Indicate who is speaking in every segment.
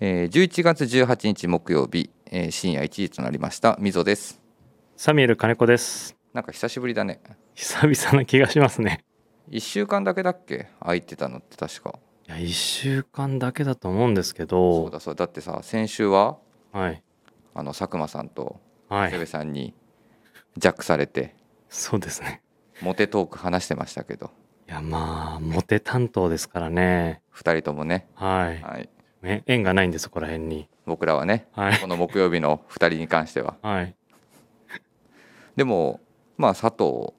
Speaker 1: えー、11月18日木曜日、えー深夜1時となりましたみぞです
Speaker 2: サミュエル金子です。
Speaker 1: なんか久しぶりだね
Speaker 2: 久々な気がしますね。
Speaker 1: 1週間だけだっけ空いてたのって確か
Speaker 2: いや、一週間だけだと思うんですけ
Speaker 1: そう
Speaker 2: ど。
Speaker 1: だそうだだってさ先週は
Speaker 2: はい。
Speaker 1: あの佐久間さんと
Speaker 2: は
Speaker 1: 瀬部
Speaker 2: い。
Speaker 1: さんにジャックされて
Speaker 2: そうですね。
Speaker 1: モテトーク話してましたけど
Speaker 2: いや、まあ、モテ担当ですからね。
Speaker 1: 2人ともね、
Speaker 2: はい。
Speaker 1: はい、
Speaker 2: ね縁がないんで、そこら辺に。
Speaker 1: 僕らはね
Speaker 2: はい
Speaker 1: こ。の木曜日の2人に関しては
Speaker 2: はい。
Speaker 1: でもまあ佐藤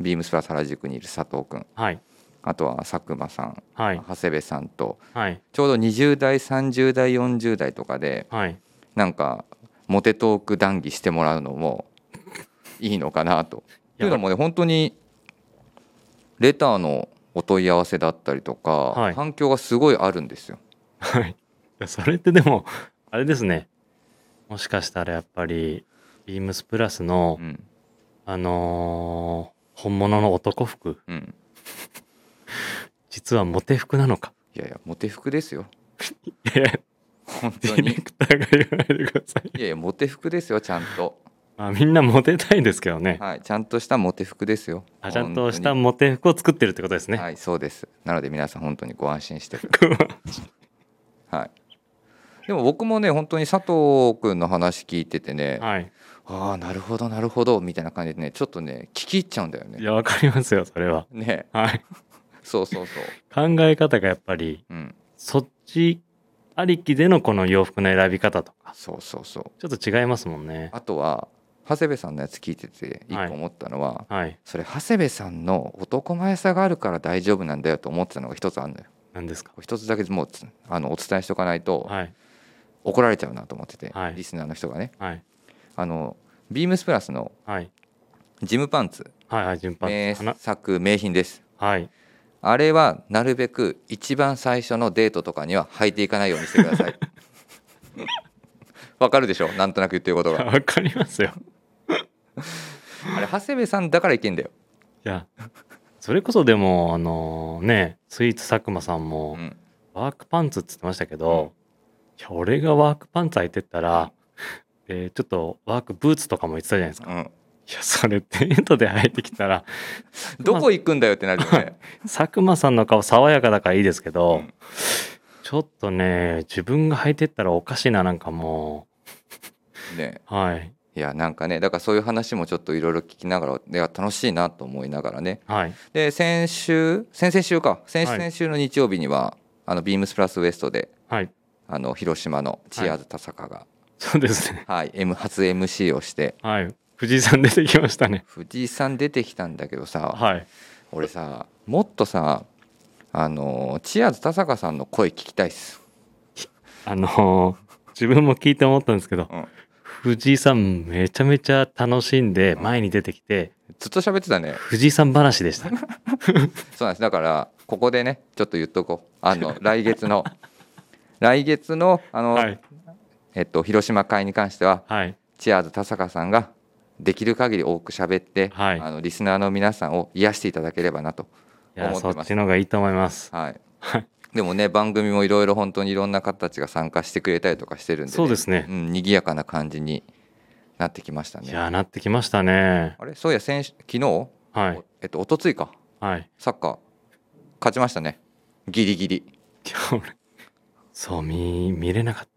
Speaker 1: ビームスプラス原宿にいる佐藤君
Speaker 2: はい。
Speaker 1: あとは佐久間さん、
Speaker 2: はい。
Speaker 1: 長谷部さんと
Speaker 2: はい。
Speaker 1: ちょうど20代30代40代とかで
Speaker 2: はい。
Speaker 1: なんかモテトーク談義してもらうのもいいのかなと。というのもね本当にレターのお問い合わせだったりとか、
Speaker 2: はい
Speaker 1: 反響がすごいあるんですよ。
Speaker 2: はい。いや、それってでも、あれですね。もしかしたら、やっぱり。ビームスプラスの
Speaker 1: う、ん
Speaker 2: あのー本物の男服。
Speaker 1: うん、
Speaker 2: 実はモテ服なのか。
Speaker 1: いやいやモテ服ですよ
Speaker 2: いや、
Speaker 1: 本
Speaker 2: デ
Speaker 1: 当
Speaker 2: ィ
Speaker 1: に。
Speaker 2: レ
Speaker 1: い
Speaker 2: クターが言わないでください。
Speaker 1: やいやモテ服ですよちゃんと。
Speaker 2: まあ、みんなモテたいですけどね。
Speaker 1: はい、ちゃんとしたモテ服ですよ。
Speaker 2: あちゃんとし
Speaker 1: 本
Speaker 2: た
Speaker 1: 当に
Speaker 2: モテ服を作ってるってことですね。
Speaker 1: はい、そうです。なので皆さん本当にご安心 してください。はい。でも僕もね本当に佐藤君の話聞いててね、
Speaker 2: はい。
Speaker 1: ああなるほどなるほどみたいな感じでねちょっとね聞き入っちゃうんだよ
Speaker 2: い
Speaker 1: ね。
Speaker 2: や、わかりますよ、それは。
Speaker 1: ね
Speaker 2: はい。
Speaker 1: そうそうそう。
Speaker 2: 考え方がやっぱり、
Speaker 1: うん
Speaker 2: そっちありきでのこの洋服の選び方とか、
Speaker 1: そうそうそう。
Speaker 2: ちょっと違いますもんね。
Speaker 1: あとは長谷部さんのやつ聞いてて一
Speaker 2: はい
Speaker 1: 個思ったのは、
Speaker 2: はい。
Speaker 1: それ長谷部さんの男前さがあるから大丈夫なんだよと思ってたのが一つあるのよ。
Speaker 2: 何ですか
Speaker 1: 一つだけもうつあのお伝えしておかないと
Speaker 2: はい。
Speaker 1: 怒られちゃうなと思ってて、
Speaker 2: はい
Speaker 1: リスナーの人がね
Speaker 2: はい。
Speaker 1: あのビームスプラスの
Speaker 2: はい。
Speaker 1: ジムパンツ
Speaker 2: はい。はい。順番。
Speaker 1: 名
Speaker 2: 花
Speaker 1: 作名品です
Speaker 2: はい。
Speaker 1: あれはなるべく一番最初のデートとかには履いていかないようにしてくだ さいわかるでしょなんとなく言ってること が
Speaker 2: わかりますよ。
Speaker 1: あれ長谷部さんだからいけんだよ、
Speaker 2: いや、それこそでも、あのね、スイーツ佐久間さんも、
Speaker 1: うん、
Speaker 2: ワークパンツって言ってましたけど、いや俺がワークパンツ履いてったら、でちょっとワークブーツとかも言ってたじゃないですか。
Speaker 1: うん
Speaker 2: いやそれテントで履いてきたら
Speaker 1: どこ行くんだよってなるよ ね
Speaker 2: 佐久間さんの顔爽やかだからいいですけど、
Speaker 1: うん
Speaker 2: ちょっとね自分が履いてったらおかしいななんかも
Speaker 1: ね
Speaker 2: うはい
Speaker 1: いやなんかねだからそういう話もちょっといろいろ聞きながらいや楽しいなと思いながらね
Speaker 2: はい
Speaker 1: で先週先々週か先
Speaker 2: はい
Speaker 1: 々週の日曜日には、あのビームスプラスウエストで
Speaker 2: はい
Speaker 1: あの広島のチアーズ田坂が、
Speaker 2: そうですね
Speaker 1: はい M 初 MC をして
Speaker 2: はい藤井さん出てきましたね
Speaker 1: 藤井さん出てきたんだけどさ
Speaker 2: はい
Speaker 1: 俺さもっとさあのチアーズ田坂さんの声聞きたいっす、
Speaker 2: あのー自分も聞いて思ったんですけど
Speaker 1: うん、
Speaker 2: 藤井さんめちゃめちゃ楽しんで前に出てきて
Speaker 1: ずっと喋ってたね
Speaker 2: 藤井さん話 でした
Speaker 1: そうなんですだからここでねちょっと言っとこうあ の来月の来月のあの、
Speaker 2: はい
Speaker 1: えっと、広島会に関しては
Speaker 2: はい
Speaker 1: チアーズ田坂さんができる限り多く喋って、
Speaker 2: はい
Speaker 1: あのリスナーの皆さんを癒していただければなと
Speaker 2: いや
Speaker 1: 思って
Speaker 2: そ
Speaker 1: ます
Speaker 2: っちの方がいいと思います
Speaker 1: はい
Speaker 2: はい。
Speaker 1: でもね番組もいろいろ本当にいろんな方たちが参加してくれたりとかしてるんで、
Speaker 2: そうですね
Speaker 1: うん、賑やかな感じになってきました
Speaker 2: い
Speaker 1: ね。
Speaker 2: やなってきましたね
Speaker 1: あれそういや先週昨日、
Speaker 2: はい
Speaker 1: おえっと一昨日か
Speaker 2: はい
Speaker 1: サッカー勝ちましたねギリギリ。
Speaker 2: いや俺そう見見れなかっ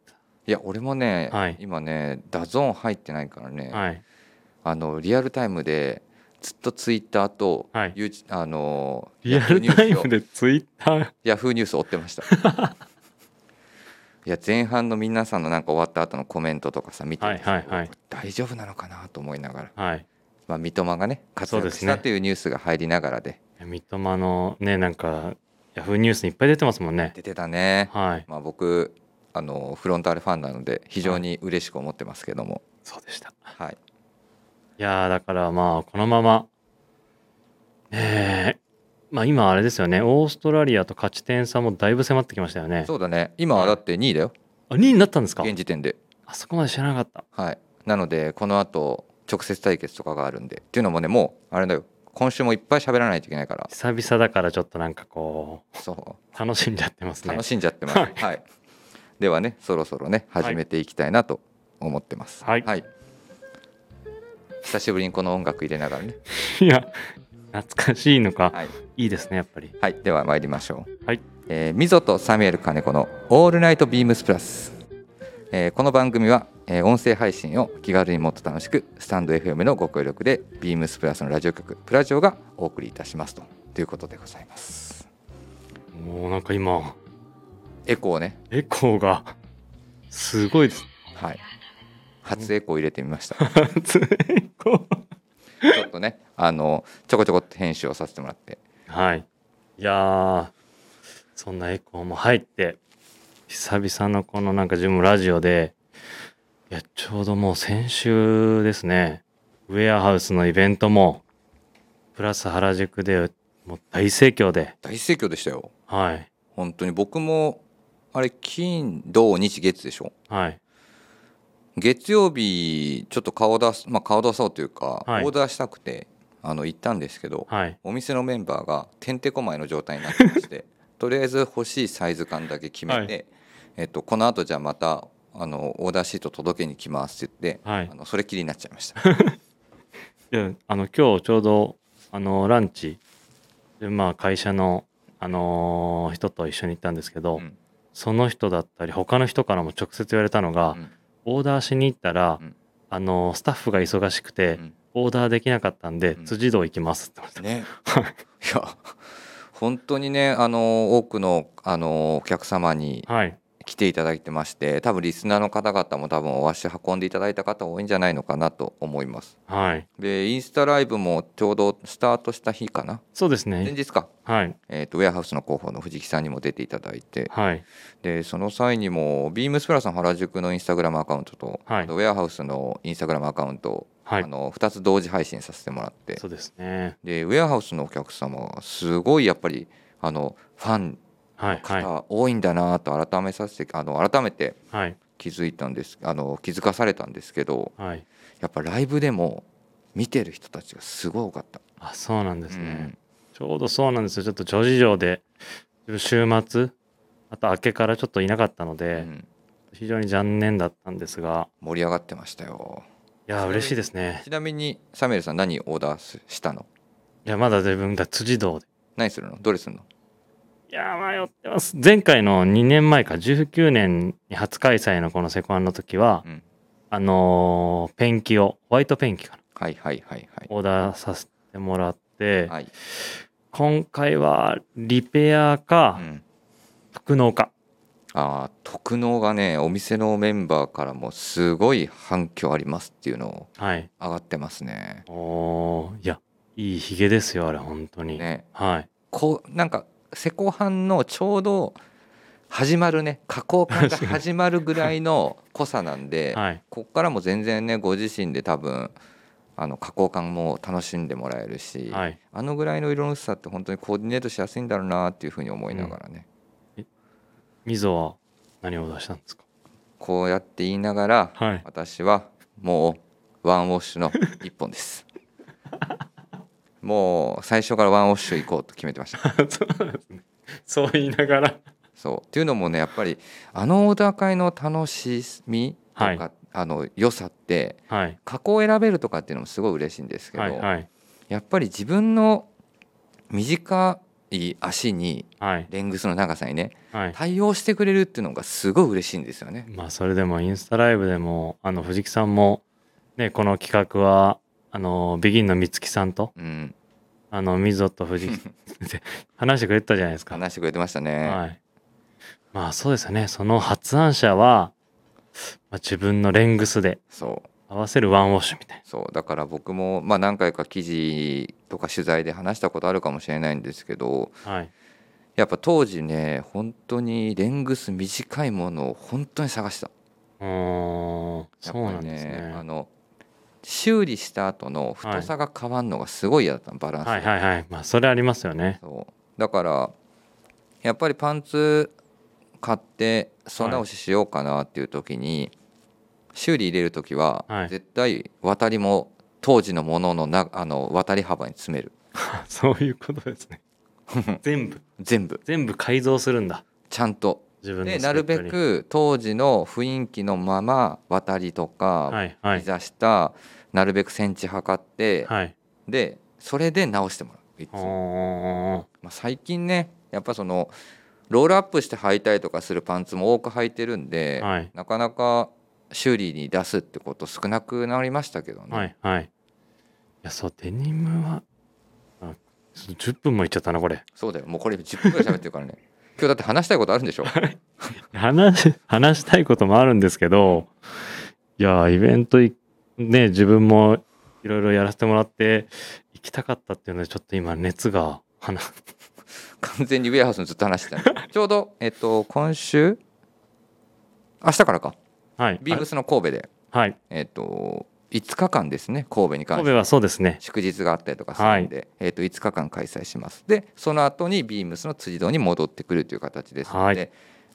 Speaker 1: いや俺もね、
Speaker 2: はい
Speaker 1: 今ねダゾーン入ってないからね、
Speaker 2: たはい
Speaker 1: あのリアルタイムでずっとツイッターと、
Speaker 2: はい
Speaker 1: ユーチあの
Speaker 2: リアルタイム
Speaker 1: で
Speaker 2: でツイッター
Speaker 1: ヤフーニュースを追ってました いや前半の皆さんのなんか終わった後のコメントとかさ見ててさ、
Speaker 2: はいはいはい
Speaker 1: 大丈夫なのかなと思いながら、
Speaker 2: はい
Speaker 1: まあ、三笘がね活
Speaker 2: そう
Speaker 1: 躍
Speaker 2: です
Speaker 1: し
Speaker 2: ね
Speaker 1: たというニュースが入りながらで
Speaker 2: 三笘のねなんかヤフーニュースにいっぱい出てますもんね
Speaker 1: 出てたね、
Speaker 2: はい
Speaker 1: まあ、僕あのフロンターレファンなので非常に嬉しく思ってますけども、
Speaker 2: そうでした
Speaker 1: はい、
Speaker 2: いやーだからまあこのままええまあ今あれですよねオーストラリアと勝ち点差もだいぶ迫ってきましたよね
Speaker 1: そうだね今はだって2位だよ
Speaker 2: あ2位になったんですか
Speaker 1: 現時点で
Speaker 2: あそこまで知らなかった
Speaker 1: はい、なのでこのあと直接対決とかがあるんでっていうのもねもうあれだよ今週もいっぱい喋らないといけないから
Speaker 2: 久々だからちょっとなんかこ
Speaker 1: そう
Speaker 2: 楽しんじゃってます
Speaker 1: う
Speaker 2: ね
Speaker 1: 楽しんじゃってます、
Speaker 2: はい
Speaker 1: はい、ではねそろそろね
Speaker 2: い
Speaker 1: 始めていきたいなと思ってます
Speaker 2: はい
Speaker 1: 久しぶりにこの音楽入れながらね
Speaker 2: いや懐かしいのか
Speaker 1: はい、
Speaker 2: いいですねやっぱり
Speaker 1: はい、では参りましょう
Speaker 2: はい
Speaker 1: えー、みぞとサミュエル金子の「オールナイトビームスプラス」えーこの番組は、えー音声配信を気軽にもっと楽しくスタンド FM のご協力でビームスプラスのラジオ局プラジオがお送りいたしますとということでございます
Speaker 2: もうなんか今
Speaker 1: エコーね
Speaker 2: エコーがすごいです
Speaker 1: はい初エコー入れてみ ました
Speaker 2: 初エコー
Speaker 1: ちょっとねあのちょこちょこっと編集をさせてもらって
Speaker 2: はいいやーそんなエコーも入って久々のこのなんか自分もラジオでいやちょうどもう先週ですねウェアハウスのイベントもプラス原宿でもう大盛況で
Speaker 1: 大盛況でしたよ
Speaker 2: はい
Speaker 1: 本当に僕もあれ金土日月でしょ
Speaker 2: はい
Speaker 1: 月曜日ちょっと顔出す、まあ、顔出そうというか、
Speaker 2: はい
Speaker 1: オーダーしたくてあの行ったんですけど、
Speaker 2: はい
Speaker 1: お店のメンバーがてんてこまいの状態になってまして とりあえず欲しいサイズ感だけ決めて、えっと、この後じゃあまたあのオーダーシート届けに来ますって言って、
Speaker 2: はい
Speaker 1: あのそれっきりになっちゃいました
Speaker 2: いやあの今日ちょうどあのランチでまあ会社のあのー人と一緒に行ったんですけど、
Speaker 1: うん
Speaker 2: その人だったり他の人からも直接言われたのが、
Speaker 1: うん
Speaker 2: オーダーしに行ったら、
Speaker 1: うん
Speaker 2: あのースタッフが忙しくて、
Speaker 1: うん
Speaker 2: オーダーできなかったんで、
Speaker 1: うん
Speaker 2: 辻堂行きますって言われた
Speaker 1: ねいや本当にねあの多くのあのお客様に
Speaker 2: はい
Speaker 1: 来ていただいてまして多分リスナーの方々も多分お足運んでいただいた方多いんじゃないのかなと思います
Speaker 2: はい
Speaker 1: でインスタライブもちょうどスタートした日かな
Speaker 2: そうです
Speaker 1: 前
Speaker 2: ね
Speaker 1: 日か、
Speaker 2: はい
Speaker 1: えー、とウェアハウスの広報の藤木さんにも出ていただいて
Speaker 2: はい
Speaker 1: でその際にもビームスプラスの原宿のインスタグラムアカウントと、
Speaker 2: はい
Speaker 1: あとウェアハウスのインスタグラムアカウントを、
Speaker 2: はい
Speaker 1: あの2つ同時配信させてもらって
Speaker 2: そうですね
Speaker 1: でウェアハウスのお客様はすごいやっぱりあのファン
Speaker 2: はいは
Speaker 1: が多いんだなと改めさせてあの改めて
Speaker 2: いはい
Speaker 1: 気づいたんですあの気づかされたんですけど
Speaker 2: はい
Speaker 1: やっぱライブでも見てる人たちがすごい多かった
Speaker 2: あそうなんですね、
Speaker 1: うん
Speaker 2: ちょうどそうなんですよ。ちょっと諸事情で、週末、あと明けからちょっといなかったの
Speaker 1: う
Speaker 2: で、
Speaker 1: ん
Speaker 2: 非常に残念だったんですが、
Speaker 1: 盛り上がってましたよ
Speaker 2: いやー、嬉しいですね。
Speaker 1: ちなみにサミュエルさん何オーダーすしたの
Speaker 2: いや、まだ自分だ、辻堂で。
Speaker 1: 何するのどれするの
Speaker 2: いやー、迷ってます。前回の2年前か、19年に初開催のこのセコアンの時は、
Speaker 1: うん
Speaker 2: あのーペンキを、ホワイトペンキかな、
Speaker 1: はいはいはいはい
Speaker 2: オーダーさせてもらって、
Speaker 1: はい、
Speaker 2: 今回はリペアか
Speaker 1: う、ん、
Speaker 2: 服能か。
Speaker 1: あー特納がねお店のメンバーからもすごい反響ありますっていうのを
Speaker 2: はい。
Speaker 1: 上がってますね
Speaker 2: おーいや、いいヒゲですよ、あれ、本当に。
Speaker 1: ね
Speaker 2: はい。
Speaker 1: こうなんか施工班のちょうど始まるね加工感が始まるぐらいの濃さなんで、
Speaker 2: はい、
Speaker 1: ここからも全然ねご自身で多分あの加工感も楽しんでもらえるし、
Speaker 2: はい、
Speaker 1: あのぐらいの色の薄さって本当にコーディネートしやすいんだろうなっていうふうに思いながらね、
Speaker 2: みぞは何を出したんですか。
Speaker 1: こうやって言いながら
Speaker 2: はい、
Speaker 1: 私はもうワンウォッ シュの一本ですもう最初からワンウォッシュ行こうと決めてました
Speaker 2: そうなんですね。そう言いながら、
Speaker 1: そうっていうのもねやっぱりあのオーダー会の楽しみとか、
Speaker 2: はい
Speaker 1: あの良さって
Speaker 2: はい、
Speaker 1: 加工を選べるとかっていうのもすごい嬉しいんですけど、
Speaker 2: はい、はい、
Speaker 1: やっぱり自分の短い足に
Speaker 2: はい、
Speaker 1: レングスの長さにね
Speaker 2: はい。
Speaker 1: 対応してくれるっていうのがすごい嬉しいんですよね。
Speaker 2: まあ、それでもインスタライブでも、あの藤木さんも。ね、この企画は、あのビギンの美月さんと、
Speaker 1: うん、
Speaker 2: あのみぞと藤木。 話してくれてたじゃないですか。
Speaker 1: 話してくれてましたね。
Speaker 2: はい。まあ、そうですよね。その発案者は。まあ、自分のレングスで
Speaker 1: そう
Speaker 2: 合わせるワンウォッシュみたい
Speaker 1: そうだから僕も、まあ、何回か記事とか取材で話したことあるかもしれないんですけど
Speaker 2: な。はい。
Speaker 1: やっぱ当時ね本当にレングス短いものを本当に探した。
Speaker 2: うーん。
Speaker 1: やっ
Speaker 2: そう
Speaker 1: ぱ
Speaker 2: な
Speaker 1: り
Speaker 2: んですね。
Speaker 1: あの修理した後の太さが変わるのがすごい嫌だったのバランスが、
Speaker 2: はいはいはい。まあ、それありますよね。
Speaker 1: そうだからやっぱりパンツ買って素直ししようかなっていう時に、修理入れる時は、
Speaker 2: はい
Speaker 1: 絶対渡りも当時のもののなあの渡り幅に詰める
Speaker 2: そういうことですね。全部、
Speaker 1: 全部
Speaker 2: 全部改造するんだ。
Speaker 1: ちゃんと
Speaker 2: 自分の
Speaker 1: で
Speaker 2: ス
Speaker 1: な
Speaker 2: ペ
Speaker 1: る
Speaker 2: ック
Speaker 1: べ
Speaker 2: に
Speaker 1: く当時の雰囲気のまま渡りと
Speaker 2: は
Speaker 1: か
Speaker 2: いはい
Speaker 1: 膝下なるべくセンチ測って、
Speaker 2: はい
Speaker 1: でそれで直してもらういつ
Speaker 2: お
Speaker 1: も
Speaker 2: ー
Speaker 1: まあ、最近ねやっぱそのロールアップして履いたりとかするパンツも多く履いてるんで、
Speaker 2: はい
Speaker 1: なかなか修理に出すってこと少なくなりましたけどね、
Speaker 2: はいはいいやそうデニムはあ10分もいっちゃったなこれ
Speaker 1: そうだよもうこれ10分ぐらい喋ってるから ね今日だって話したいことあるんでしょ
Speaker 2: 話話したいこともあるんですけどいやーイベントいね自分もいろいろやらせてもらって行きたかったっていうのでちょっと今熱が鼻
Speaker 1: 完全にウェアハウスのずっと話してたのちょうど、えっと、今週明日からか
Speaker 2: はい
Speaker 1: ビームスの神戸で、
Speaker 2: あはい
Speaker 1: えっと、5日間ですね神戸に関し
Speaker 2: 神
Speaker 1: て
Speaker 2: 戸はそうですね
Speaker 1: 祝日があったりとかするんで、えー、と5日間開催しますでその後にビームスの辻堂に戻ってくるという形ですので、
Speaker 2: は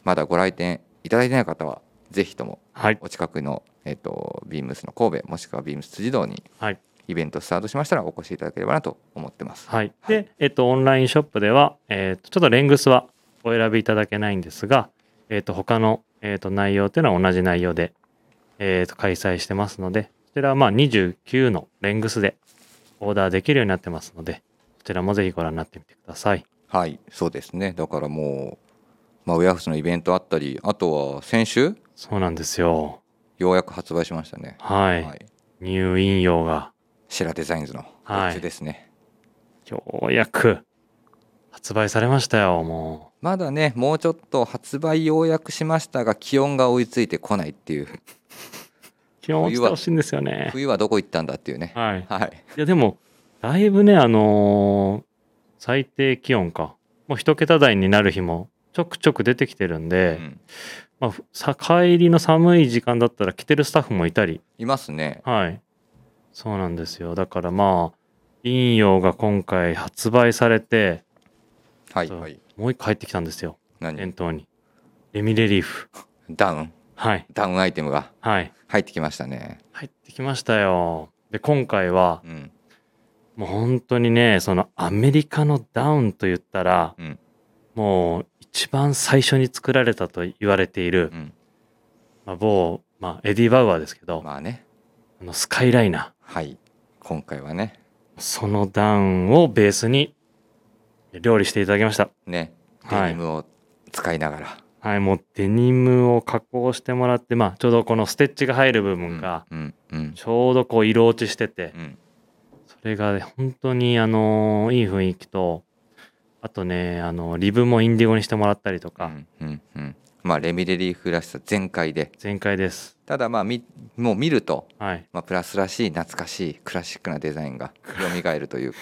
Speaker 1: まだご来店いただいてない方はぜひとも
Speaker 2: はい
Speaker 1: お近くの、えー、とビームスの神戸もしくはビームス辻堂に
Speaker 2: はい
Speaker 1: イベントスタートしましたらお越しいただければなと思ってます、
Speaker 2: はい、で、えっと、オンラインショップでは、えっとちょっとレングスはお選びいただけないんですが、えっと他の、えっと内容というのは同じ内容で、えっと開催してますので、こちらはまあ29のレングスでオーダーできるようになってますので、こちらもぜひご覧になってみてください。
Speaker 1: はいそうですねだからもう、まあ、ウェアハウスのイベントあったりあとは先週
Speaker 2: そうなんですよ。
Speaker 1: ようやく発売しましたね
Speaker 2: はい。
Speaker 1: はい、
Speaker 2: 入院用が
Speaker 1: シェラデザインズのグ
Speaker 2: はい
Speaker 1: ッズですね、
Speaker 2: ようやく発売されましたよ、も
Speaker 1: まだねもうちょっと発売ようやくしましたが気温が追いついてこないって いう
Speaker 2: う。気温落ちてほしいんですよね。
Speaker 1: 冬はどこ行ったんだっていうね
Speaker 2: はい。
Speaker 1: はい
Speaker 2: いやでもだいぶねあのー最低気温かもう一桁台になる日もちょくちょく出てきてるん
Speaker 1: う
Speaker 2: で、
Speaker 1: ん
Speaker 2: まあふさ帰りの寒い時間だったら着てるスタッフもいたり
Speaker 1: いますね
Speaker 2: はいそうなんですよだからまあ陰陽が今回発売されて
Speaker 1: はい
Speaker 2: そう
Speaker 1: はい
Speaker 2: もう一個入ってきたんですよ
Speaker 1: 何
Speaker 2: 店頭にレミレリーフ
Speaker 1: ダウン
Speaker 2: はい
Speaker 1: ダウンアイテムが
Speaker 2: はい
Speaker 1: 入ってきましたね
Speaker 2: 入ってきましたよで今回は
Speaker 1: うん
Speaker 2: もう本当にねそのアメリカのダウンと言ったら、
Speaker 1: うん
Speaker 2: もう一番最初に作られたと言われている、
Speaker 1: うん
Speaker 2: まあ、某、まあ、エディ・バウアーですけど、
Speaker 1: まあね
Speaker 2: あのスカイライナ
Speaker 1: はい今回はね
Speaker 2: ーそのダウンをベースに料理していただきました
Speaker 1: ね
Speaker 2: はい
Speaker 1: デニムを使いながら
Speaker 2: はいもうデニムを加工してもらって、まあ、ちょうどこのステッチが入る部
Speaker 1: うん
Speaker 2: 分が
Speaker 1: うんうん
Speaker 2: ちょうどこう色落ちしてて、
Speaker 1: うん
Speaker 2: それがね本当にあのーいい雰囲気とあとねあのリブもインディゴにしてもらったりと
Speaker 1: う
Speaker 2: か、
Speaker 1: んうんうんまあレミレリーフらしさ全開で
Speaker 2: 全開です
Speaker 1: ただまあみもう見ると
Speaker 2: はい。
Speaker 1: まあ、プラスらしい懐かしいクラシックなデザインが蘇るというか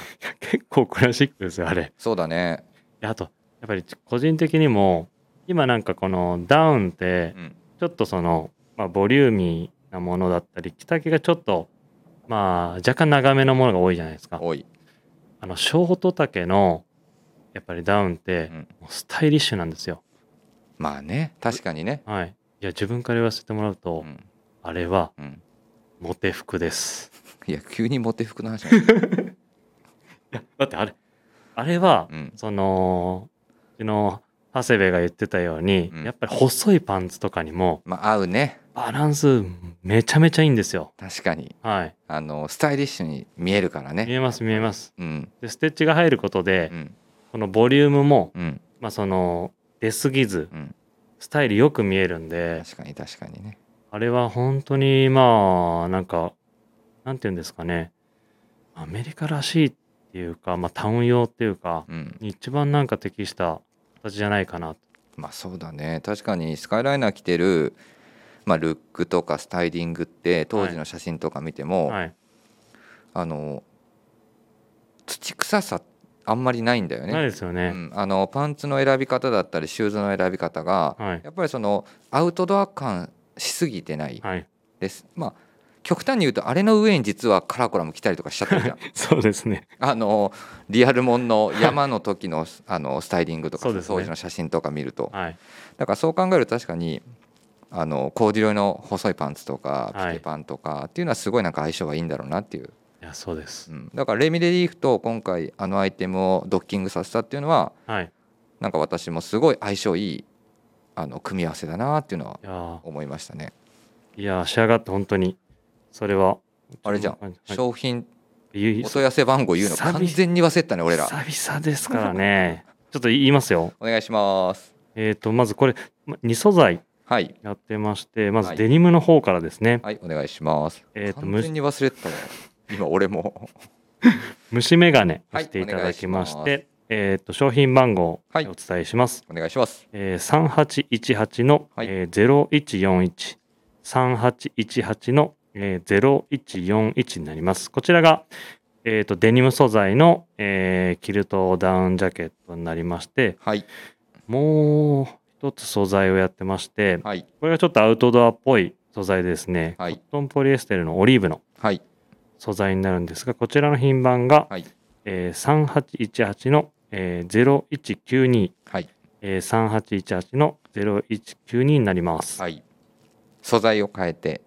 Speaker 2: 結構クラシックですよ、あれ。
Speaker 1: そうだね
Speaker 2: であと、やっぱり個人的にも、今なんかこのダウンって、
Speaker 1: うん
Speaker 2: ちょっとその、まあ、ボリューミーなものだったり、着丈がちょっと、まあ、若干長めのものが多いじゃないですか。
Speaker 1: 多い
Speaker 2: あの、ショート丈の、やっぱりダウンって
Speaker 1: うん、
Speaker 2: もうスタイリッシュなんですよ。
Speaker 1: まあね確かにね
Speaker 2: はい。いや、自分から言わせてもらう
Speaker 1: う
Speaker 2: と、
Speaker 1: ん、
Speaker 2: あれは、
Speaker 1: うん、
Speaker 2: モテ服です。
Speaker 1: いや急にモテ服の話になる
Speaker 2: いや、だってあれ、あれは
Speaker 1: う、ん
Speaker 2: そのうちの長谷部が言ってたように、
Speaker 1: うん
Speaker 2: やっぱり細いパンツとかにも
Speaker 1: まあ合うね
Speaker 2: バランスめちゃめちゃいいんですよ
Speaker 1: 確かに
Speaker 2: はい
Speaker 1: あのスタイリッシュに見えるから
Speaker 2: 見
Speaker 1: ね
Speaker 2: えます見えます
Speaker 1: うん
Speaker 2: でステッチが入ることで、
Speaker 1: うん
Speaker 2: このボリュームも、
Speaker 1: うん
Speaker 2: まあ、その出過ぎず
Speaker 1: うん
Speaker 2: スタイルよく見えるんで
Speaker 1: 確かに確かにね
Speaker 2: あれは本当にまあなんかなんて言うんですかねアメリカらしいっていうか、まあ、タウン用っていうか
Speaker 1: うん
Speaker 2: 一番なんか適した形じゃないかなと
Speaker 1: まあそうだね確かにスカイライナー着てるまあ、ルックとかスタイリングって当時の写真とか見ても、
Speaker 2: はい
Speaker 1: あの土臭さあんまりないんだよね
Speaker 2: ないですよね、
Speaker 1: うん、あのパンツの選び方だったりシューズの選び方が、
Speaker 2: はい
Speaker 1: やっぱりそのアウトドア感しすぎてない
Speaker 2: はい
Speaker 1: です、まあ極端に言うとあれの上に実はカラコラも着たりとかしちゃってるじゃん
Speaker 2: そうですね
Speaker 1: あのリアルモンの山の時のあのスタイリングとか
Speaker 2: そうですね
Speaker 1: 当時の写真とか見ると
Speaker 2: はい
Speaker 1: だからそう考えると確かにあのコーデュロイの細いパンツとか
Speaker 2: はい
Speaker 1: ピケパンとかっていうのはすごいなんか相性がいいんだろうなっていう、
Speaker 2: いやそうです
Speaker 1: うんだからレミレリーフと今回あのアイテムをドッキングさせたっていうのは
Speaker 2: はい
Speaker 1: なんか私もすごい相性いいあの組み合わせだなっていうのはい
Speaker 2: やー
Speaker 1: 思いましたね
Speaker 2: いやー仕上がって本当にそれは
Speaker 1: あれじゃん
Speaker 2: はい
Speaker 1: 商品
Speaker 2: ゆ
Speaker 1: お問い合わせ番号言うの
Speaker 2: 久々
Speaker 1: 完全に忘れてたね俺ら
Speaker 2: 久々ですからねちょっと言いますよ
Speaker 1: お願いします
Speaker 2: えっ、とまずこれま2素材
Speaker 1: はい
Speaker 2: やってましてま
Speaker 1: はい
Speaker 2: ずデニムの方からですね、
Speaker 1: はいお願いします
Speaker 2: えーと
Speaker 1: 完全に忘れてたね今俺も
Speaker 2: 虫眼鏡を
Speaker 1: はい
Speaker 2: していただきまして、
Speaker 1: お願いし
Speaker 2: えー、と商品番号をお
Speaker 1: はい
Speaker 2: 伝えします、
Speaker 1: お願いします
Speaker 2: えー、3818の、
Speaker 1: はい
Speaker 2: えー、01413818の、えー、0141になりますこちらが、えー、とデニム素材の、えーキルトダウンジャケットになりまして
Speaker 1: はい
Speaker 2: もう一つ素材をやってまして
Speaker 1: はい
Speaker 2: これがちょっとアウトドアっぽい素材ですね、
Speaker 1: はい
Speaker 2: コットンポリエステルのオリーブの
Speaker 1: はい
Speaker 2: 素材になるんですがこちらの品番が、
Speaker 1: はい
Speaker 2: えー、3818の、えー、0192、
Speaker 1: はい
Speaker 2: えー、3818の0192になります。
Speaker 1: はい素材を変えて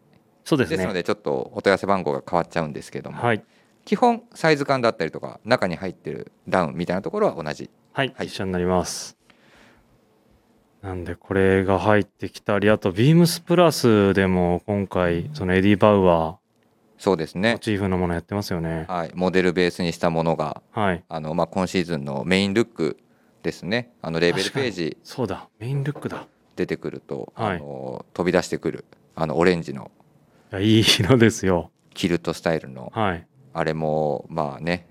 Speaker 2: そうです
Speaker 1: ですの
Speaker 2: ね。
Speaker 1: でちょっとお問い合わせ番号が変わっちゃうんですけども
Speaker 2: はい、
Speaker 1: 基本サイズ感だったりとか中に入ってるダウンみたいなところは同じ
Speaker 2: はい、
Speaker 1: はい
Speaker 2: 一緒になります。なんでこれが入ってきたりあとビームスプラスでも今回そのエディ・バウア
Speaker 1: そうです
Speaker 2: ーモ
Speaker 1: ね、
Speaker 2: チーフのものやってますよね。
Speaker 1: はい、モデルベースにしたものが
Speaker 2: はい、
Speaker 1: あの、まあ、今シーズンのメインルックですねあのレーベルページ
Speaker 2: そうだメインルックだ。
Speaker 1: 出てくると、
Speaker 2: はい
Speaker 1: あの飛び出してくるあのオレンジの
Speaker 2: いやいい色ですよ。
Speaker 1: キルトスタイルの
Speaker 2: はい
Speaker 1: あれもまあね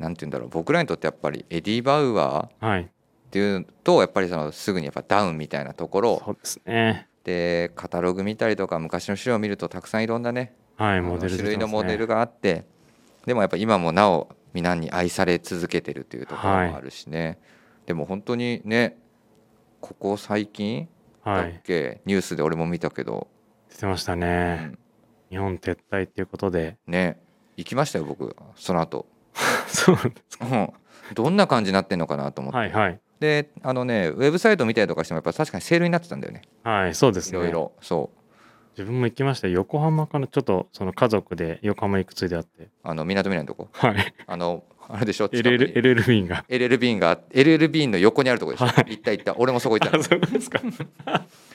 Speaker 1: なんて言うんだろう僕らにとってやっぱりエディ・バウアーっ
Speaker 2: はい
Speaker 1: ていうとやっぱりそのすぐにやっぱダウンみたいなところ
Speaker 2: そうですね。
Speaker 1: でカタログ見たりとか昔の資料を見るとたくさんいろんなね
Speaker 2: はい
Speaker 1: あの
Speaker 2: モデル出
Speaker 1: 種
Speaker 2: て
Speaker 1: 類の
Speaker 2: ますね
Speaker 1: モデルがあってでもやっぱ今もなお皆に愛され続けてるというところもあるしね、でも本当にねここ最近だ
Speaker 2: は
Speaker 1: っ
Speaker 2: い
Speaker 1: け、ニュースで俺も見たけど、
Speaker 2: 出てました
Speaker 1: う
Speaker 2: ね。
Speaker 1: ん
Speaker 2: 日本撤退っていうことで
Speaker 1: ね行きましたよ僕その後、
Speaker 2: そう
Speaker 1: うんどんな感じになってんのかなと思って、
Speaker 2: はいはい
Speaker 1: であのねウェブサイト見たりとかしてもやっぱ確かにセールになってたんだよね
Speaker 2: はいそうです
Speaker 1: い
Speaker 2: ね
Speaker 1: ろいろそう
Speaker 2: 自分も行きましたよ横浜からちょっとその家族で横浜行くついであって
Speaker 1: あの港未来のとこ
Speaker 2: はい
Speaker 1: あのあれでしょ
Speaker 2: LL, LL 便が
Speaker 1: LL 便が LL 便の横にあるとこでしょ、行った行った俺もそこ行った
Speaker 2: あ
Speaker 1: の
Speaker 2: そうですか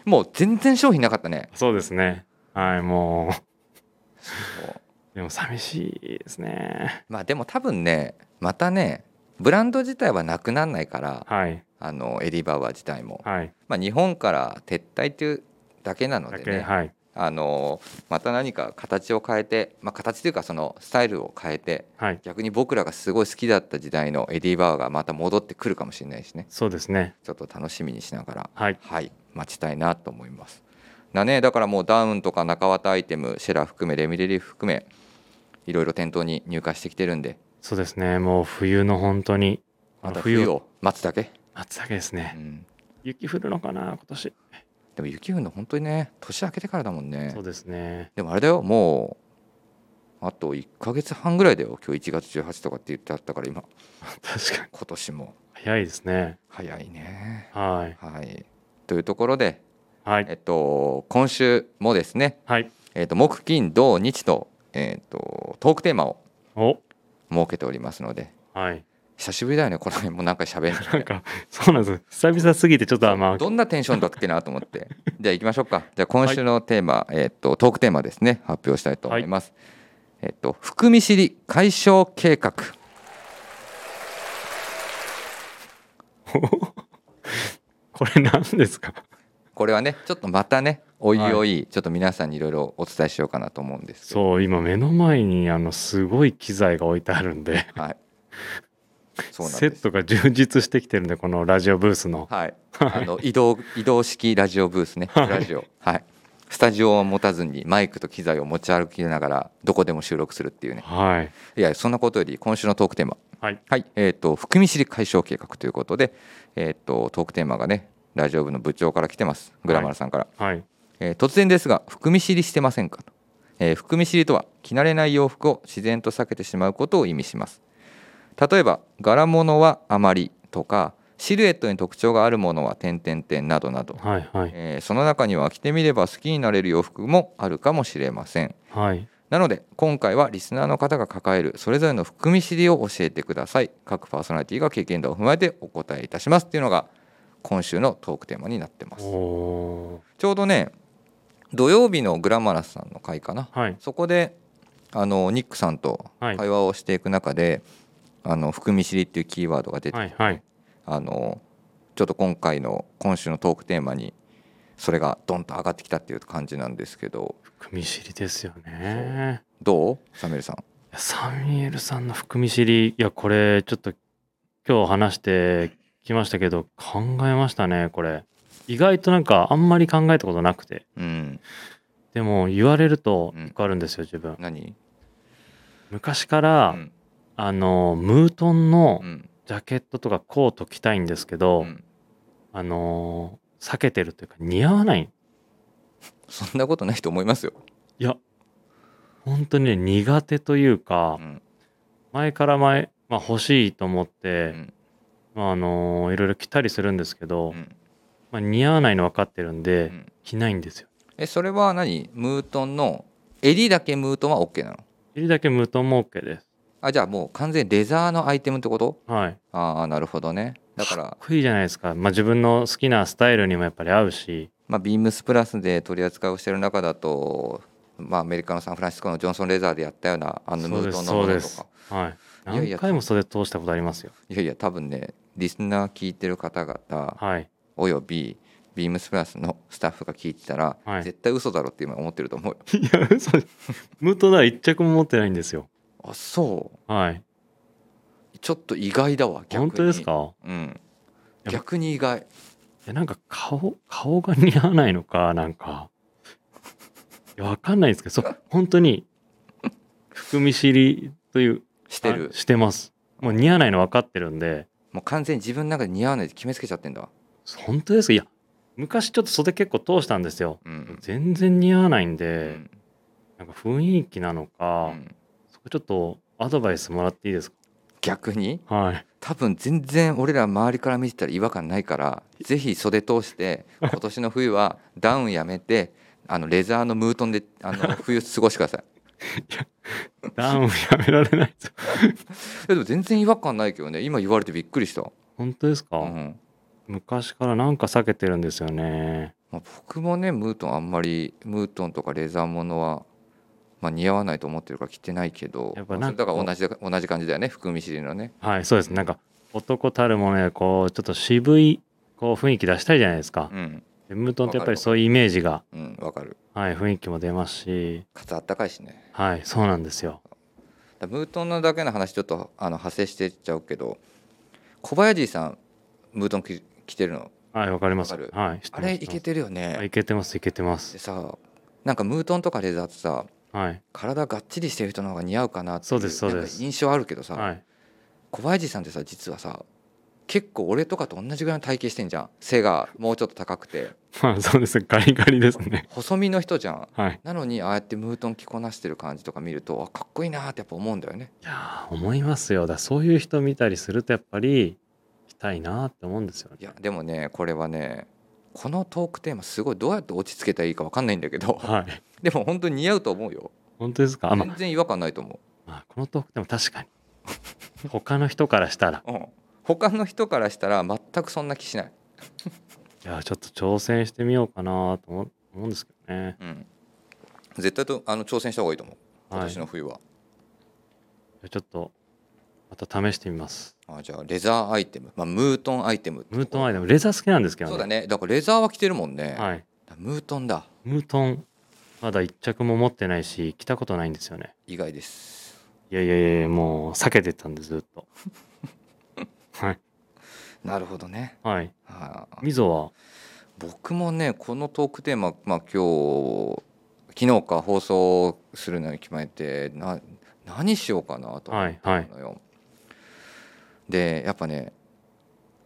Speaker 1: もう全然商品なかったね
Speaker 2: そうですねはいも
Speaker 1: もう
Speaker 2: うでも寂しいですね
Speaker 1: まあでも多分ねまたねブランド自体はなくならないから
Speaker 2: はい
Speaker 1: あのエディ・バウアー自体も、
Speaker 2: はい
Speaker 1: まあ、日本から撤退っていうだけなの
Speaker 2: だ
Speaker 1: で
Speaker 2: け
Speaker 1: ね
Speaker 2: はい
Speaker 1: あのまた何か形を変えて、まあ、形というかそのスタイルを変えて
Speaker 2: はい
Speaker 1: 逆に僕らがすごい好きだった時代のエディ・バウアーがまた戻ってくるかもしれないしね
Speaker 2: そうですね
Speaker 1: ちょっと楽しみにしながら
Speaker 2: はい
Speaker 1: はい、待ちたいなと思います。だね、だからもうダウンとか中綿アイテム、シェラ含め、レミレリーフ含め、いろいろ店頭に入荷してきてるんで、
Speaker 2: そうですねもう冬の本当に
Speaker 1: ま
Speaker 2: あ
Speaker 1: た
Speaker 2: の
Speaker 1: 冬
Speaker 2: 冬
Speaker 1: を待つだけ。
Speaker 2: 夏だけです
Speaker 1: う
Speaker 2: ね
Speaker 1: ん、
Speaker 2: 雪降るのかな今年
Speaker 1: でも雪降るの本当にね、年明けてからだもんね
Speaker 2: そう。ですね
Speaker 1: でもあれだよ、もう、あと1ヶ月半ぐらいだよ、今日1月18とかって言ってあったから、今、
Speaker 2: 確かに
Speaker 1: 今年も
Speaker 2: 早いですね
Speaker 1: 早いね。
Speaker 2: はい
Speaker 1: はい、というところで、
Speaker 2: は
Speaker 1: え
Speaker 2: い
Speaker 1: っと、今週もですね、
Speaker 2: はい
Speaker 1: えっと、木、金、土、日と、えっと、トークテーマを
Speaker 2: お
Speaker 1: 設けておりますので
Speaker 2: はい
Speaker 1: 久しぶりだよねこの辺もなんか喋 る
Speaker 2: なんか、そうなんです。久々すぎて、ちょっとあまあ、
Speaker 1: どんなテンションだっけなと思ってじゃあ行きましょうかじゃあ今週のテーマ、えっとトークテーマですね発表したいと思います、えっと含み知り解消計画
Speaker 2: これ何ですか
Speaker 1: これはねちょっとまたねおいおいちょっと皆さんにいろいろお伝えしようかなと思うんですけど
Speaker 2: そう、今目の前に、あの、すごい機材が置いてあるんで、
Speaker 1: はいそうなん
Speaker 2: セ
Speaker 1: で
Speaker 2: ッ
Speaker 1: す
Speaker 2: トが充実してきてるんで、このラジオブースの。
Speaker 1: はいあの移動移動式ラジオブースねラジオはいスタジオを持たずにマイクと機材を持ち歩きながらどこでも収録するっていうね
Speaker 2: はい。
Speaker 1: いやそんなことより今週のトークテーマ
Speaker 2: はい。
Speaker 1: はい、えっ、と含み知り解消計画ということで、えっ、とトークテーマがねラジオ部の部長から来てます。グラマラさんから、
Speaker 2: はい。
Speaker 1: えー突然ですが含み知りしてませんかと、えー含み知りとは着慣れない洋服を自然と避けてしまうことを意味します。例えば柄物はあまりとかシルエットに特徴があるものは点々点などなど、
Speaker 2: はい。はい。
Speaker 1: えーその中には着てみれば好きになれる洋服もあるかもしれません。
Speaker 2: はい。
Speaker 1: なので今回はリスナーの方が抱えるそれぞれの含み知りを教えてください各パーソナリティが経験談を踏まえてお答えいたしますっていうのが今週のトークテーマになってます
Speaker 2: お
Speaker 1: ちょうどね土曜日のグラマラスさんの会かな
Speaker 2: ーはい
Speaker 1: そこであのニックさんと
Speaker 2: はい
Speaker 1: 会話をしていく中で「あの含み知り」っていうキーワードが出て、
Speaker 2: はいはい
Speaker 1: あのちょっと今回の今週のトークテーマにそれがドンと上がってきたっていう感じなんですけど
Speaker 2: 含み知りですよね
Speaker 1: どうサメルさん
Speaker 2: いやサミュエルさんの含み知りいやこれちょっと今日話してきましたけど考えましたねこれ意外となんかあんまり考えたことなくて
Speaker 1: うん
Speaker 2: でも言われると
Speaker 1: うん
Speaker 2: 一個あるんですよ自分
Speaker 1: 何
Speaker 2: 昔から、
Speaker 1: うん
Speaker 2: あのムートンの
Speaker 1: うん
Speaker 2: ジャケットとかコート着たいんですけど、
Speaker 1: うん
Speaker 2: あのー避けてるというか似合わない
Speaker 1: そんなことないと思いますよ、
Speaker 2: いや本当にね苦手というか、
Speaker 1: うん
Speaker 2: 前から前、まあ、欲しいと思って、
Speaker 1: うん
Speaker 2: まああのーいろいろ着たりするんですけ
Speaker 1: う
Speaker 2: ど、
Speaker 1: ん
Speaker 2: まあ、似合わないの分かってるん
Speaker 1: う
Speaker 2: で、
Speaker 1: ん
Speaker 2: 着ないんですよ。
Speaker 1: えそれは何ムートンの襟だけムートンは OK なの
Speaker 2: 襟だけ無トンも OK です。
Speaker 1: あじゃあもう完全にレザーのアイテムってこと
Speaker 2: はい、
Speaker 1: ああなるほどねだから
Speaker 2: かっこいいじゃないですか、まあ、自分の好きなスタイルにもやっぱり合うし、
Speaker 1: まあ、ビームスプラスで取り扱いをしている中だと、まあ、アメリカのサンフランシスコのジョンソン・レザーでやったようなあのム
Speaker 2: そう
Speaker 1: ー
Speaker 2: で
Speaker 1: トンの
Speaker 2: すそ
Speaker 1: も
Speaker 2: う
Speaker 1: の
Speaker 2: で
Speaker 1: と
Speaker 2: す
Speaker 1: か。
Speaker 2: はい
Speaker 1: いやいや
Speaker 2: 何回もそれ通したことありますよ。
Speaker 1: いやいや多分ねリスナー聞いてる方々
Speaker 2: はい
Speaker 1: およびビームスプラスのスタッフが聞いてたら、
Speaker 2: はい
Speaker 1: 絶対嘘だろって今思ってると思うよ。
Speaker 2: いや、嘘です無糖なら一着も持ってないんですよ。
Speaker 1: あそ
Speaker 2: はい。
Speaker 1: うちょっと意外だわ逆に
Speaker 2: 本当ですか
Speaker 1: うん
Speaker 2: いや
Speaker 1: 逆に意外
Speaker 2: いや、なんか顔、顔が似合わないのか、なんか。いや、わかんないですけど、そう、本当に、含み知りという、
Speaker 1: してる
Speaker 2: あしてます。もう似合わないの分かってるんで、
Speaker 1: もう完全に自分の中で似合わないって決めつけちゃってんだわ
Speaker 2: 本当ですかいや、昔ちょっと袖結構通したんですよ。
Speaker 1: うん
Speaker 2: 全然似合わないん
Speaker 1: う
Speaker 2: で、
Speaker 1: ん
Speaker 2: なんか雰囲気なの
Speaker 1: う
Speaker 2: か、
Speaker 1: ん
Speaker 2: そこちょっとアドバイスもらっていいですか
Speaker 1: 逆に
Speaker 2: はい。
Speaker 1: 多分全然俺ら周りから見てたら違和感ないからぜひ袖通 して今年の冬はダウンやめてあのレザーのムートンであ の冬過ごしてください
Speaker 2: ダウンやめられないです。
Speaker 1: いやでも全然違和感ないけどね今言われてびっくりした、
Speaker 2: 本当ですか、
Speaker 1: うん
Speaker 2: 昔からなんか避けてるんですよね
Speaker 1: まあ、僕もねムートンあんまりムートンとかレザーものは、まあ、似合わないと思ってるから着てないけど
Speaker 2: やっぱ
Speaker 1: まあ
Speaker 2: なんか
Speaker 1: それだから同じだ同じ感じだよね含み知りのね
Speaker 2: はいそうですなんか男たるものやこうちょっと渋いこう雰囲気出したいじゃないですか
Speaker 1: う、ん
Speaker 2: でムートンってやっぱりそういうイメージが
Speaker 1: うんわかる
Speaker 2: はい雰囲気も出ますし
Speaker 1: かつあったかいしね
Speaker 2: はいそうなんですよ
Speaker 1: だムートンのだけの話ちょっとあの派生してっちゃうけど小林さんムートン着着てるの
Speaker 2: はいわかります
Speaker 1: わかる
Speaker 2: はい知ってます
Speaker 1: あれいけてるよね、
Speaker 2: はいいけてますいけてます
Speaker 1: でさなんかムートンとかレザーってさ
Speaker 2: はい
Speaker 1: 体がっちりしてる人の方が似合うかなってい
Speaker 2: そうですそうです
Speaker 1: なんか印象あるけどさ、
Speaker 2: はい
Speaker 1: 小林さんってさ実はさ結構俺とかと同じぐらいの体型してんじゃん背がもうちょっと高くて
Speaker 2: まあそうですガリガリですね
Speaker 1: 細身の人じゃん
Speaker 2: はい
Speaker 1: なのにああやってムートン着こなしてる感じとか見るとあかっこいいなってやっぱ思うんだよね
Speaker 2: いやー思いますよだからそういう人見たりするとやっぱり来たいなって思うんですよね
Speaker 1: いやでもねこれはねこのトークテーマすごいどうやって落ち着けたらいいか分かんないんだけど
Speaker 2: はい
Speaker 1: でも本当に似合うと思うよ
Speaker 2: 本当ですかあまあ
Speaker 1: 全然違和感ないと思
Speaker 2: まあ、このトークでも 確かに他の人からしたら
Speaker 1: う、うん、他の人からしたら全くそんな気しない、
Speaker 2: いやちょっと挑戦してみようかなと思思うんですけどね、
Speaker 1: うん、絶対とあの挑戦した方がいいと思う今
Speaker 2: はい、
Speaker 1: 年
Speaker 2: じ
Speaker 1: の冬は、
Speaker 2: ゃあちょっとまた試してみます
Speaker 1: あじゃあレザーアイテム、まあ、ムートンアイテム
Speaker 2: ムートン
Speaker 1: アイ
Speaker 2: アイテムレザー好きなんですけ
Speaker 1: テム
Speaker 2: どね
Speaker 1: そうだねだからレザーは着てるもんね、
Speaker 2: は
Speaker 1: だ
Speaker 2: い、
Speaker 1: からムートンだ
Speaker 2: ムートンまだ一着も持ってないし着たことないんですよね
Speaker 1: 意外です
Speaker 2: いやいやいやいやもう避けてたんでずっ とはい
Speaker 1: なるほどね
Speaker 2: はい
Speaker 1: はあ
Speaker 2: 溝は
Speaker 1: 僕もねこのトークテーマ、まあ、今日昨日か放送するのに決めてな何しようかなと思
Speaker 2: は
Speaker 1: っ
Speaker 2: いはい
Speaker 1: たのよ。でやっぱね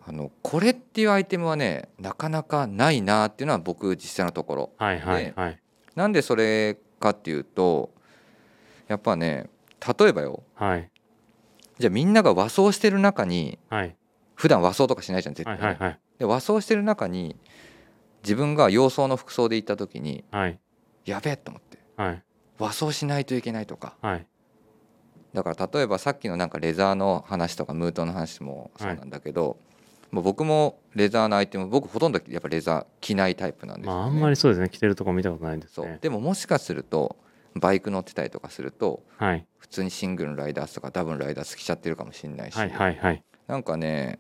Speaker 1: あのこれっていうアイテムはねなかなかないなっていうのは僕実際のところ。
Speaker 2: はいはい
Speaker 1: で
Speaker 2: はい
Speaker 1: なんでそれかっていうとやっぱね例えばよ
Speaker 2: はい
Speaker 1: じゃあみんなが和装してる中に
Speaker 2: はい
Speaker 1: 普段和装とかしないじゃん絶
Speaker 2: はい
Speaker 1: 対。
Speaker 2: はいはい
Speaker 1: で和装してる中に自分が洋装の服装で行った時に
Speaker 2: はい
Speaker 1: やべえと思って
Speaker 2: はい
Speaker 1: 和装しないといけないとか
Speaker 2: はい
Speaker 1: だから例えばさっきのなんかレザーの話とかムートンの話もそうなんだけど、まあ、僕もレザーのアイテム僕ほとんどやっぱレザー着ないタイプなんです
Speaker 2: ま
Speaker 1: よ、ね
Speaker 2: あ、あんまりそうですね着てるとこ見たことないです
Speaker 1: そう
Speaker 2: ね
Speaker 1: でももしかするとバイク乗ってたりとかすると
Speaker 2: はい、
Speaker 1: 普通にシングルのライダースとかダブルのライダース着ちゃってるかもしれないし、
Speaker 2: はいはいはい
Speaker 1: なんかね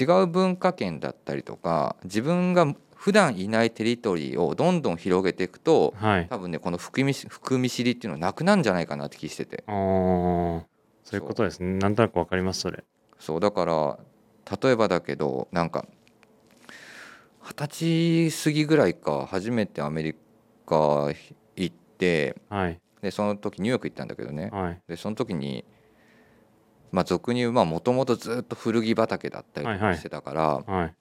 Speaker 1: 違う文化圏だったりとか自分が普段いないテリトリーをどんどん広げていくと
Speaker 2: はい
Speaker 1: 多分ねこの含み含み知りっていうのはなくなんじゃないかなって気してて
Speaker 2: あーそういうことですねなんとなくわかりますそれ
Speaker 1: そうだから例えばだけどなんか二十歳過ぎぐらいか初めてアメリカ行って
Speaker 2: はい
Speaker 1: でその時ニューヨーク行ったんだけどね
Speaker 2: はい
Speaker 1: でその時にまあ俗に言うもともとずっと古着畑だったりと
Speaker 2: はいは
Speaker 1: か
Speaker 2: い
Speaker 1: してたから、
Speaker 2: はい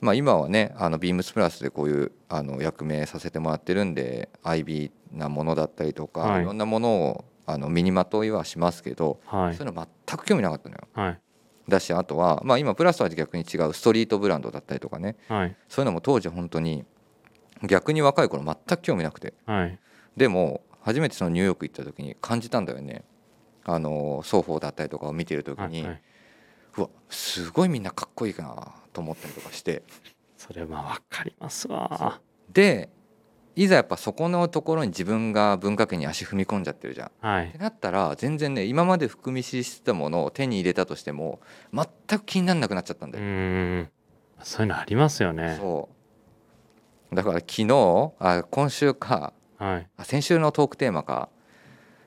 Speaker 1: まあ、今はねあのビームスプラスでこういうあの役名させてもらってるんで IB なものだったりとか、
Speaker 2: はい
Speaker 1: い、ろんなものをあの身にまといはしますけど、
Speaker 2: は
Speaker 1: そ
Speaker 2: いう
Speaker 1: いうの全く興味なかったのよ
Speaker 2: はい
Speaker 1: だしあとは、まあ、今プラスとは逆に違うストリートブランドだったりとかね
Speaker 2: はい
Speaker 1: そういうのも当時本当に逆に若い頃全く興味なくて
Speaker 2: はい
Speaker 1: でも初めてそのニューヨーク行った時に感じたんだよねあの双方だったりとかを見てる時
Speaker 2: はい
Speaker 1: に、
Speaker 2: はいう
Speaker 1: わすごいみんなかっこいいなと思ったりとかして
Speaker 2: それはわかりますわ
Speaker 1: でいざやっぱそこのところに自分が文化圏に足踏み込んじゃってるじゃん。っ
Speaker 2: は
Speaker 1: て
Speaker 2: い
Speaker 1: なったら全然ね今まで含み知りしてたものを手に入れたとしても全く気にならなくなっちゃったん
Speaker 2: う
Speaker 1: だよ。
Speaker 2: ーんそういうのありますよね
Speaker 1: そうだから昨日あ今週か
Speaker 2: はい
Speaker 1: あ先週のトークテーマか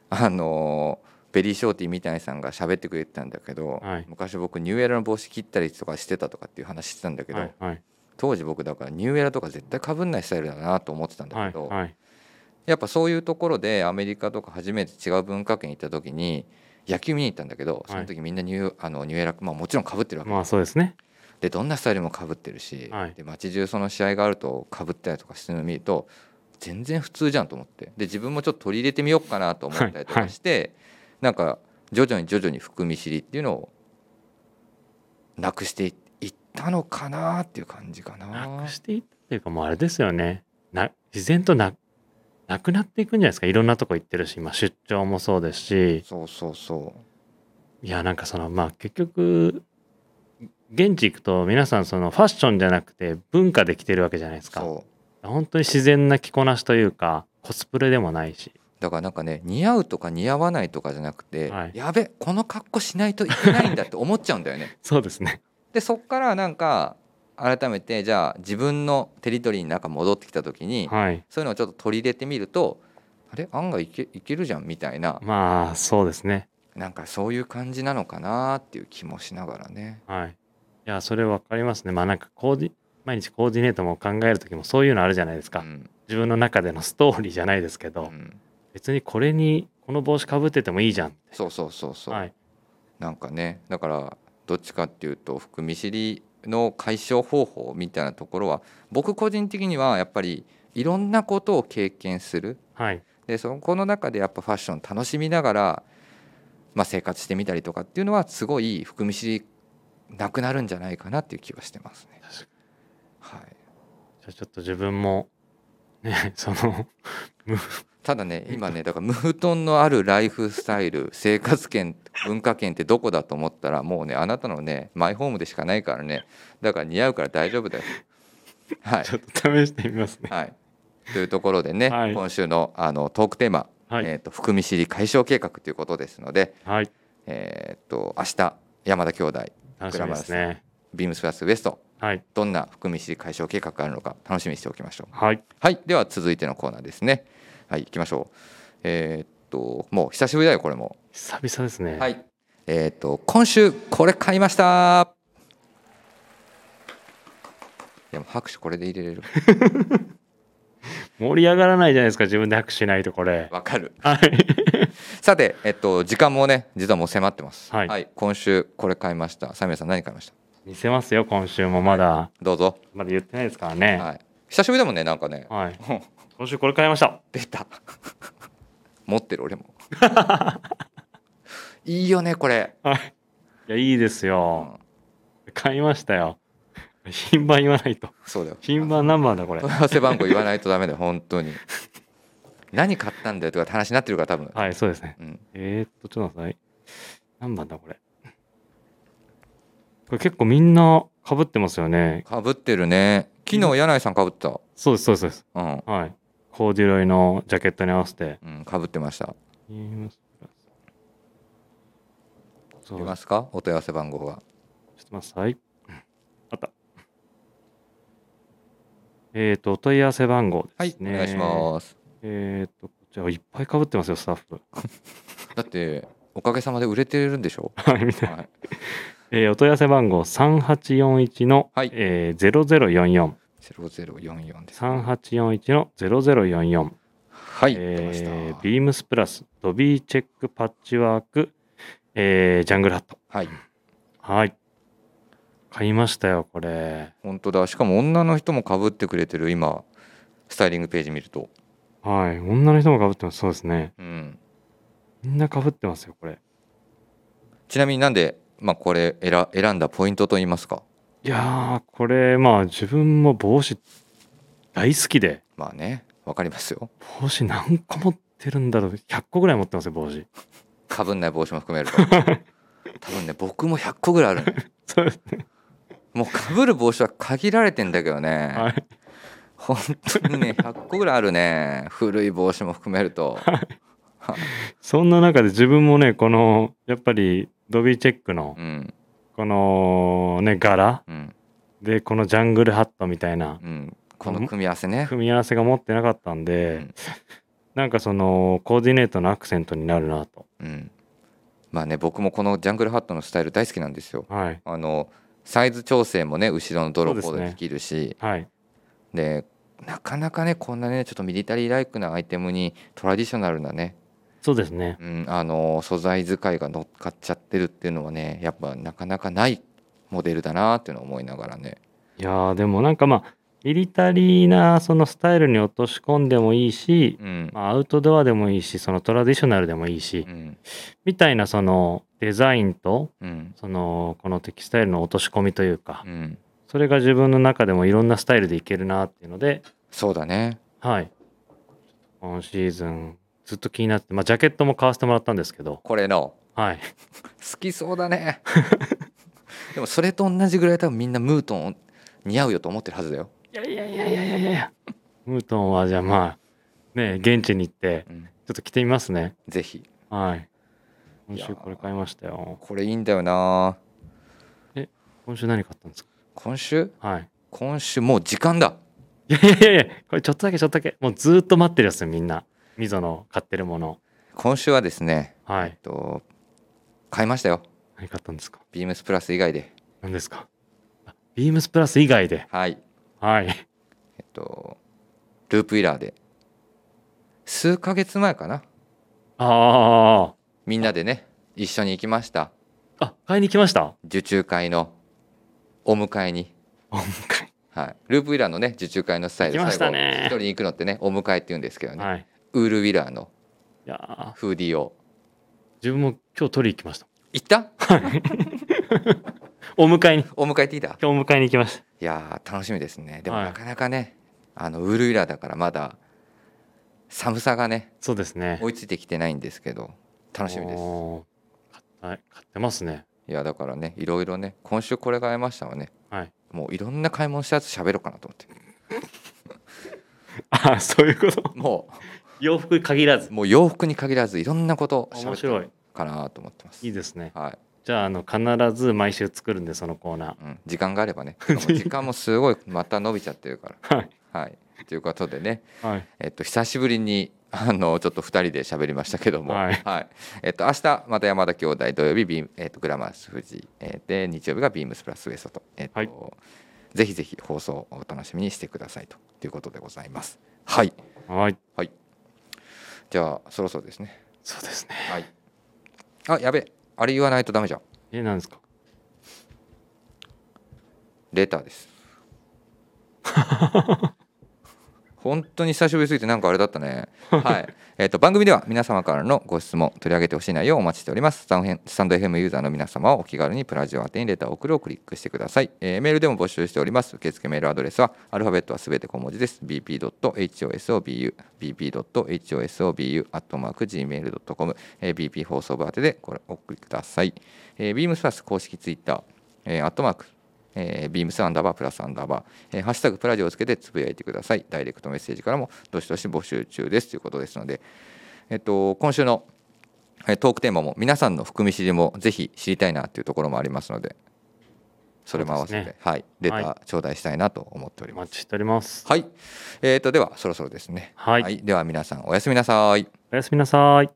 Speaker 1: あのーベリーショーティーみたいさんが喋ってくれてたんだけど、
Speaker 2: はい
Speaker 1: 昔僕ニューエラの帽子切ったりとかしてたとかっていう話してたんだけど、
Speaker 2: はいはい
Speaker 1: 当時僕だからニューエラとか絶対かぶんないスタイルだなと思ってたんだ
Speaker 2: は
Speaker 1: け
Speaker 2: い
Speaker 1: ど、
Speaker 2: はい
Speaker 1: やっぱそういうところでアメリカとか初めて違う文化圏行った時に野球見に行ったんだけどその時みんなニュー,、あのニューエラ、まあ、もちろんかぶってるわけ
Speaker 2: まあそうですね
Speaker 1: でどんなスタイルもかぶってるし、
Speaker 2: はい
Speaker 1: で街中その試合があるとかぶったりとかしてるのを見ると全然普通じゃんと思ってで自分もちょっと取り入れてみようかなと思ったりとかして、なんか徐々に徐々に含み知りっていうのをなくしていいったのかなっていう感じか
Speaker 2: な
Speaker 1: な
Speaker 2: く。していったっていうかもうあれですよねな自然とななくなっていくんじゃないですかいろんなとこ行ってるし今出張もそうですし
Speaker 1: そうそうそう
Speaker 2: いやなんかそのまあ結局現地行くと皆さんそのファッションじゃなくて文化で来てるわけじゃないですか
Speaker 1: そう
Speaker 2: 本当に自然な着こなしというかコスプレでもないし
Speaker 1: だからなんかね似合うとか似合わないとかじゃなくて、
Speaker 2: はい
Speaker 1: やべこの格好しないといけないんだって思っちゃうんだよね
Speaker 2: そうですね
Speaker 1: でそっからなんか改めてじゃあ自分のテリトリーになんか戻ってきた時に、
Speaker 2: はい
Speaker 1: そういうのをちょっと取り入れてみるとあれ案外いけいけるじゃんみたいな
Speaker 2: まあそうですね
Speaker 1: なんかそういう感じなのかなっていう気もしながらね
Speaker 2: はいいやそれ分かりますねまあなんかコーディ毎日コーディネートも考える時もそういうのあるじゃないですか、
Speaker 1: うん
Speaker 2: 自分の中でのストーリーじゃないですけど、
Speaker 1: うん
Speaker 2: 別にこれにこの帽子かぶっててもいいじゃん
Speaker 1: そうそうそうそう、
Speaker 2: はい
Speaker 1: なんかねだからどっちかっていうと含み知りの解消方法みたいなところは僕個人的にはやっぱりいろんなことを経験する
Speaker 2: はい
Speaker 1: でそこの中でやっぱファッション楽しみながら、まあ、生活してみたりとかっていうのはすごい含み知りなくなるんじゃないかなっていう気はしてますね。
Speaker 2: 確
Speaker 1: は
Speaker 2: か
Speaker 1: い、
Speaker 2: じゃあちょっと自分もねその
Speaker 1: ただね今ねだからムートンのあるライフスタイル生活圏文化圏ってどこだと思ったらもうねあなたのねマイホームでしかないからねだから似合うから大丈夫 だよ。はい
Speaker 2: ちょっと試してみます ね
Speaker 1: はい、というところでね、
Speaker 2: はい
Speaker 1: 今週のあのトークテーマ、
Speaker 2: はい、
Speaker 1: えーと「含み知り解消計画」ということですので、
Speaker 2: はい
Speaker 1: えー、と明日山田兄弟
Speaker 2: 楽しみですね
Speaker 1: ビームスプラスウエスト
Speaker 2: はい
Speaker 1: どんな含み知り解消計画があるのか楽しみにしておきましょう。
Speaker 2: はい
Speaker 1: はい、では続いてのコーナーですね。はい、行きましょう。えーっと、もう久しぶりだよ、これも。
Speaker 2: 久々ですね
Speaker 1: はい。えーっと、今週これ買いました。いや、もう拍手これで入れれ る。
Speaker 2: 盛り上がらないじゃないですか自分で拍手しないとこれ
Speaker 1: わかる。
Speaker 2: はい
Speaker 1: さて、えっと、時間もね、実はもう迫ってます。
Speaker 2: はい
Speaker 1: 今週これ買いました。サミュエルさん、何買いました。
Speaker 2: 見せますよ今週もまだ、
Speaker 1: どうぞ。
Speaker 2: まだ言ってないですからね
Speaker 1: はい。久しぶりだもんね、なんか ね。
Speaker 2: はい、
Speaker 1: うん
Speaker 2: 今週これ買いました
Speaker 1: 出た持ってる俺も いいよねこれ、
Speaker 2: はいいやいいです
Speaker 1: う
Speaker 2: よ
Speaker 1: ん、
Speaker 2: 買いましたよ品番言わないと
Speaker 1: そうだよ
Speaker 2: 品番何番だこ れ
Speaker 1: 問い合わせ番号言わないとダメだよ本当に何買ったんだよとかって話になってるから多分、
Speaker 2: はいそうですね
Speaker 1: うん、
Speaker 2: えー、っと、ちょっと待ってください。何番だ、これ。これ結構みんなかぶってますよね。
Speaker 1: かぶってるね昨日柳井さんかぶってた
Speaker 2: そうです、そうですそうです。
Speaker 1: うん、
Speaker 2: はい。コーデュロイのジャケットに合わせて。
Speaker 1: うん、かぶってました
Speaker 2: ビームスプラス
Speaker 1: い
Speaker 2: そう
Speaker 1: ますかお問い合わせ番号が
Speaker 2: ちょっと待ってください。あった。えっ、と、お問い合わせ番号
Speaker 1: は
Speaker 2: で
Speaker 1: い
Speaker 2: す
Speaker 1: お
Speaker 2: ね。
Speaker 1: 願いします
Speaker 2: えっ、と、こちらいっぱい被ってますよ、スタッフ。
Speaker 1: だっておかげさまで売れてるんでし ょ
Speaker 2: はい、みたいな。
Speaker 1: はい
Speaker 2: えーお問い合わせ番号3841の、
Speaker 1: はい
Speaker 2: えー、0044。
Speaker 1: 0044です
Speaker 2: 3841の0044。
Speaker 1: はい、出ました
Speaker 2: えー、ビームスプラス、ドビーチェックパッチワーク、えー、ジャングルハット。
Speaker 1: はい
Speaker 2: はい。買いましたよ、これ。
Speaker 1: 本当だしかも女の人もかぶってくれてる今スタイリングページ見ると
Speaker 2: はい。女の人も被ってます。そうですね。
Speaker 1: うん
Speaker 2: みんな被ってますよ、これ。
Speaker 1: ちなみになんで、まあ、これ選選んだポイントといいますか
Speaker 2: いやー、これ、まあ、自分も帽子大好きで、
Speaker 1: まあねわかりますよ
Speaker 2: 帽子何個持ってるんだろう。100個ぐらい持ってますよ、帽子。
Speaker 1: かぶんない帽子も含めると多分ね僕も100個ぐらいあるね
Speaker 2: そうですね。
Speaker 1: もうかぶる帽子は限られてんだけどね、
Speaker 2: はい。
Speaker 1: 本当にね100個ぐらいあるね古い帽子も含めると
Speaker 2: そんな中で自分もね、この、やっぱり、ドビーチェックの
Speaker 1: う、ん
Speaker 2: この、ね、柄
Speaker 1: うん
Speaker 2: で、このジャングルハットみたいな
Speaker 1: うんこの組み合わせね
Speaker 2: 組み合わせが持ってなかったんで、
Speaker 1: うん
Speaker 2: なんかその、コーディネートのアクセントになるなと。
Speaker 1: うんまあね僕もこのジャングルハットのスタイル大好きなんですよ
Speaker 2: はい。
Speaker 1: あのサイズ調整もね後ろのドロッ
Speaker 2: そ
Speaker 1: プ
Speaker 2: うです
Speaker 1: で
Speaker 2: ね
Speaker 1: できるし
Speaker 2: はい。
Speaker 1: で,、なかなかねこんなねちょっとミリタリーライクなアイテムにトラディショナルなね、
Speaker 2: そうですね。
Speaker 1: うん、あの素材使いが乗っかっちゃってるっていうのはねやっぱなかなかないモデルだなっていうのを思いながらね
Speaker 2: いやーでもなんかまあミリタリーなそのスタイルに落とし込んでもいいし、
Speaker 1: うん、
Speaker 2: まあ、アウトドアでもいいしそのトラディショナルでもいいし、
Speaker 1: うん
Speaker 2: みたいなそのデザインと
Speaker 1: うん
Speaker 2: そのこのテキスタイルの落とし込みというか、
Speaker 1: うん、
Speaker 2: それが自分の中でもいろんなスタイルでいけるなっていうので
Speaker 1: そうだね
Speaker 2: はい今シーズンずっと気になって、まあ、ジャケットも買わせてもらったんですけど
Speaker 1: これの
Speaker 2: はい
Speaker 1: 好きそうだ ねでもそれと同じぐらい多分みんなムートン似合うよと思ってるはずだよ、
Speaker 2: いやいやいやいやいやいやムートンはじゃあまあね現地に行って
Speaker 1: うん、
Speaker 2: ちょっと着てみますね
Speaker 1: ぜひ
Speaker 2: はい。今
Speaker 1: いやー
Speaker 2: 週これ買いましたよ。
Speaker 1: これいいんだよな
Speaker 2: 今週何買ったんですか
Speaker 1: 今週
Speaker 2: はい。
Speaker 1: 今週もう時間だ
Speaker 2: いやいやいやいや、これちょっとだけちょっとだけ。もうずーっと待ってるやつよ、みんな。みぞの買ってるもの。
Speaker 1: 今週はですね
Speaker 2: はい
Speaker 1: えっ。と買いましたよ
Speaker 2: 何買ったんですか
Speaker 1: ビームスプラス以外で
Speaker 2: 何ですかあビームスプラス以外で。
Speaker 1: はい
Speaker 2: はい。
Speaker 1: えっとループイラーで数ヶ月前かな
Speaker 2: あ
Speaker 1: みんなでね一緒に行きました
Speaker 2: あ。あ、買いに来ました
Speaker 1: 受注会のお迎えに
Speaker 2: お迎
Speaker 1: はい、ループウィラーのね受注会のスタイル
Speaker 2: 行きましたね
Speaker 1: 最後一人に行くのってねお迎えって言うんですけど
Speaker 2: え。
Speaker 1: ね、
Speaker 2: はい。
Speaker 1: ウールウィラーの
Speaker 2: いやー
Speaker 1: フーディーを
Speaker 2: 自分も今日取りに行きました。
Speaker 1: 行った
Speaker 2: お迎えに。
Speaker 1: お迎えっていた
Speaker 2: 今日お迎えに行きまし
Speaker 1: い
Speaker 2: た。
Speaker 1: やー楽しみですねでも
Speaker 2: はい
Speaker 1: なかなかね、あのウールウィラーだからまだ寒さがね
Speaker 2: そうですね。
Speaker 1: 追いついてきてないんですけど楽しみです
Speaker 2: おー買った買ってますね。
Speaker 1: いやだからねいろいろね今週これが会えましたわね
Speaker 2: はい。
Speaker 1: もういろんな買い物したやつ喋ろうかなと思って
Speaker 2: ああ、そういうこと。
Speaker 1: も
Speaker 2: 洋服限らず
Speaker 1: う。もう洋服に限らずいろんなこと
Speaker 2: 面
Speaker 1: 喋ろ
Speaker 2: 白
Speaker 1: う
Speaker 2: い。
Speaker 1: かなと思ってます
Speaker 2: いいですね。
Speaker 1: はい
Speaker 2: じゃああの必ず毎週作るんでそのコーナ
Speaker 1: うん、時間があればねしかも時間もすごいまた伸びちゃってるから
Speaker 2: ー。はい。
Speaker 1: はい、ということでね、
Speaker 2: はい。
Speaker 1: えっと、久しぶりにあのちょっと2人で喋りましたけども、
Speaker 2: はい
Speaker 1: えっと明日また山田兄弟土曜日ビーム、えっと、グラマース富士、えーで日曜日がビームスプラスウエストと、えっと
Speaker 2: はい
Speaker 1: ぜひぜひ放送をお楽しみにしてくださいということでございます。はい、
Speaker 2: はい。
Speaker 1: はい、じゃあそろそろですね。
Speaker 2: そうですね。
Speaker 1: はい、あやべあれ言わないとダメじゃん
Speaker 2: え、なんですか
Speaker 1: レターです 本当に久しぶりすぎてなんかあれだったねはい、えー、と番組では皆様からのご質問取り上げてほしい内容をお待ちしておりますスタンヘンスタンド FM ユーザーの皆様はお気軽にプラジオ宛てにレターを送るをクリックしてください、えーメールでも募集しております受付メールアドレスはアルファベットはすべて小文字です bp.hosobu bp.hosobu.gmail.com、えー bp 放送部宛てでこれお送りください、えー、ビームスパス公式ツイッターえーアットマークえー、ビームスアンダーバープラスアンダーバー、えーハッシュタグプラジオをつけてつぶやいてください。ダイレクトメッセージからもどしどし募集中ですということですので、えっと、今週のえートークテーマも皆さんの含み知りもぜひ知りたいなというところもありますので、それも合わせ
Speaker 2: そう
Speaker 1: て、
Speaker 2: ですね
Speaker 1: はい、レタ
Speaker 2: は
Speaker 1: ー頂戴したいなと思っており
Speaker 2: お
Speaker 1: ます。
Speaker 2: 待ちしております。
Speaker 1: はい、えー、とではそろそろですね。
Speaker 2: はい
Speaker 1: では皆さんおやすみなさい。
Speaker 2: おやすみなさい。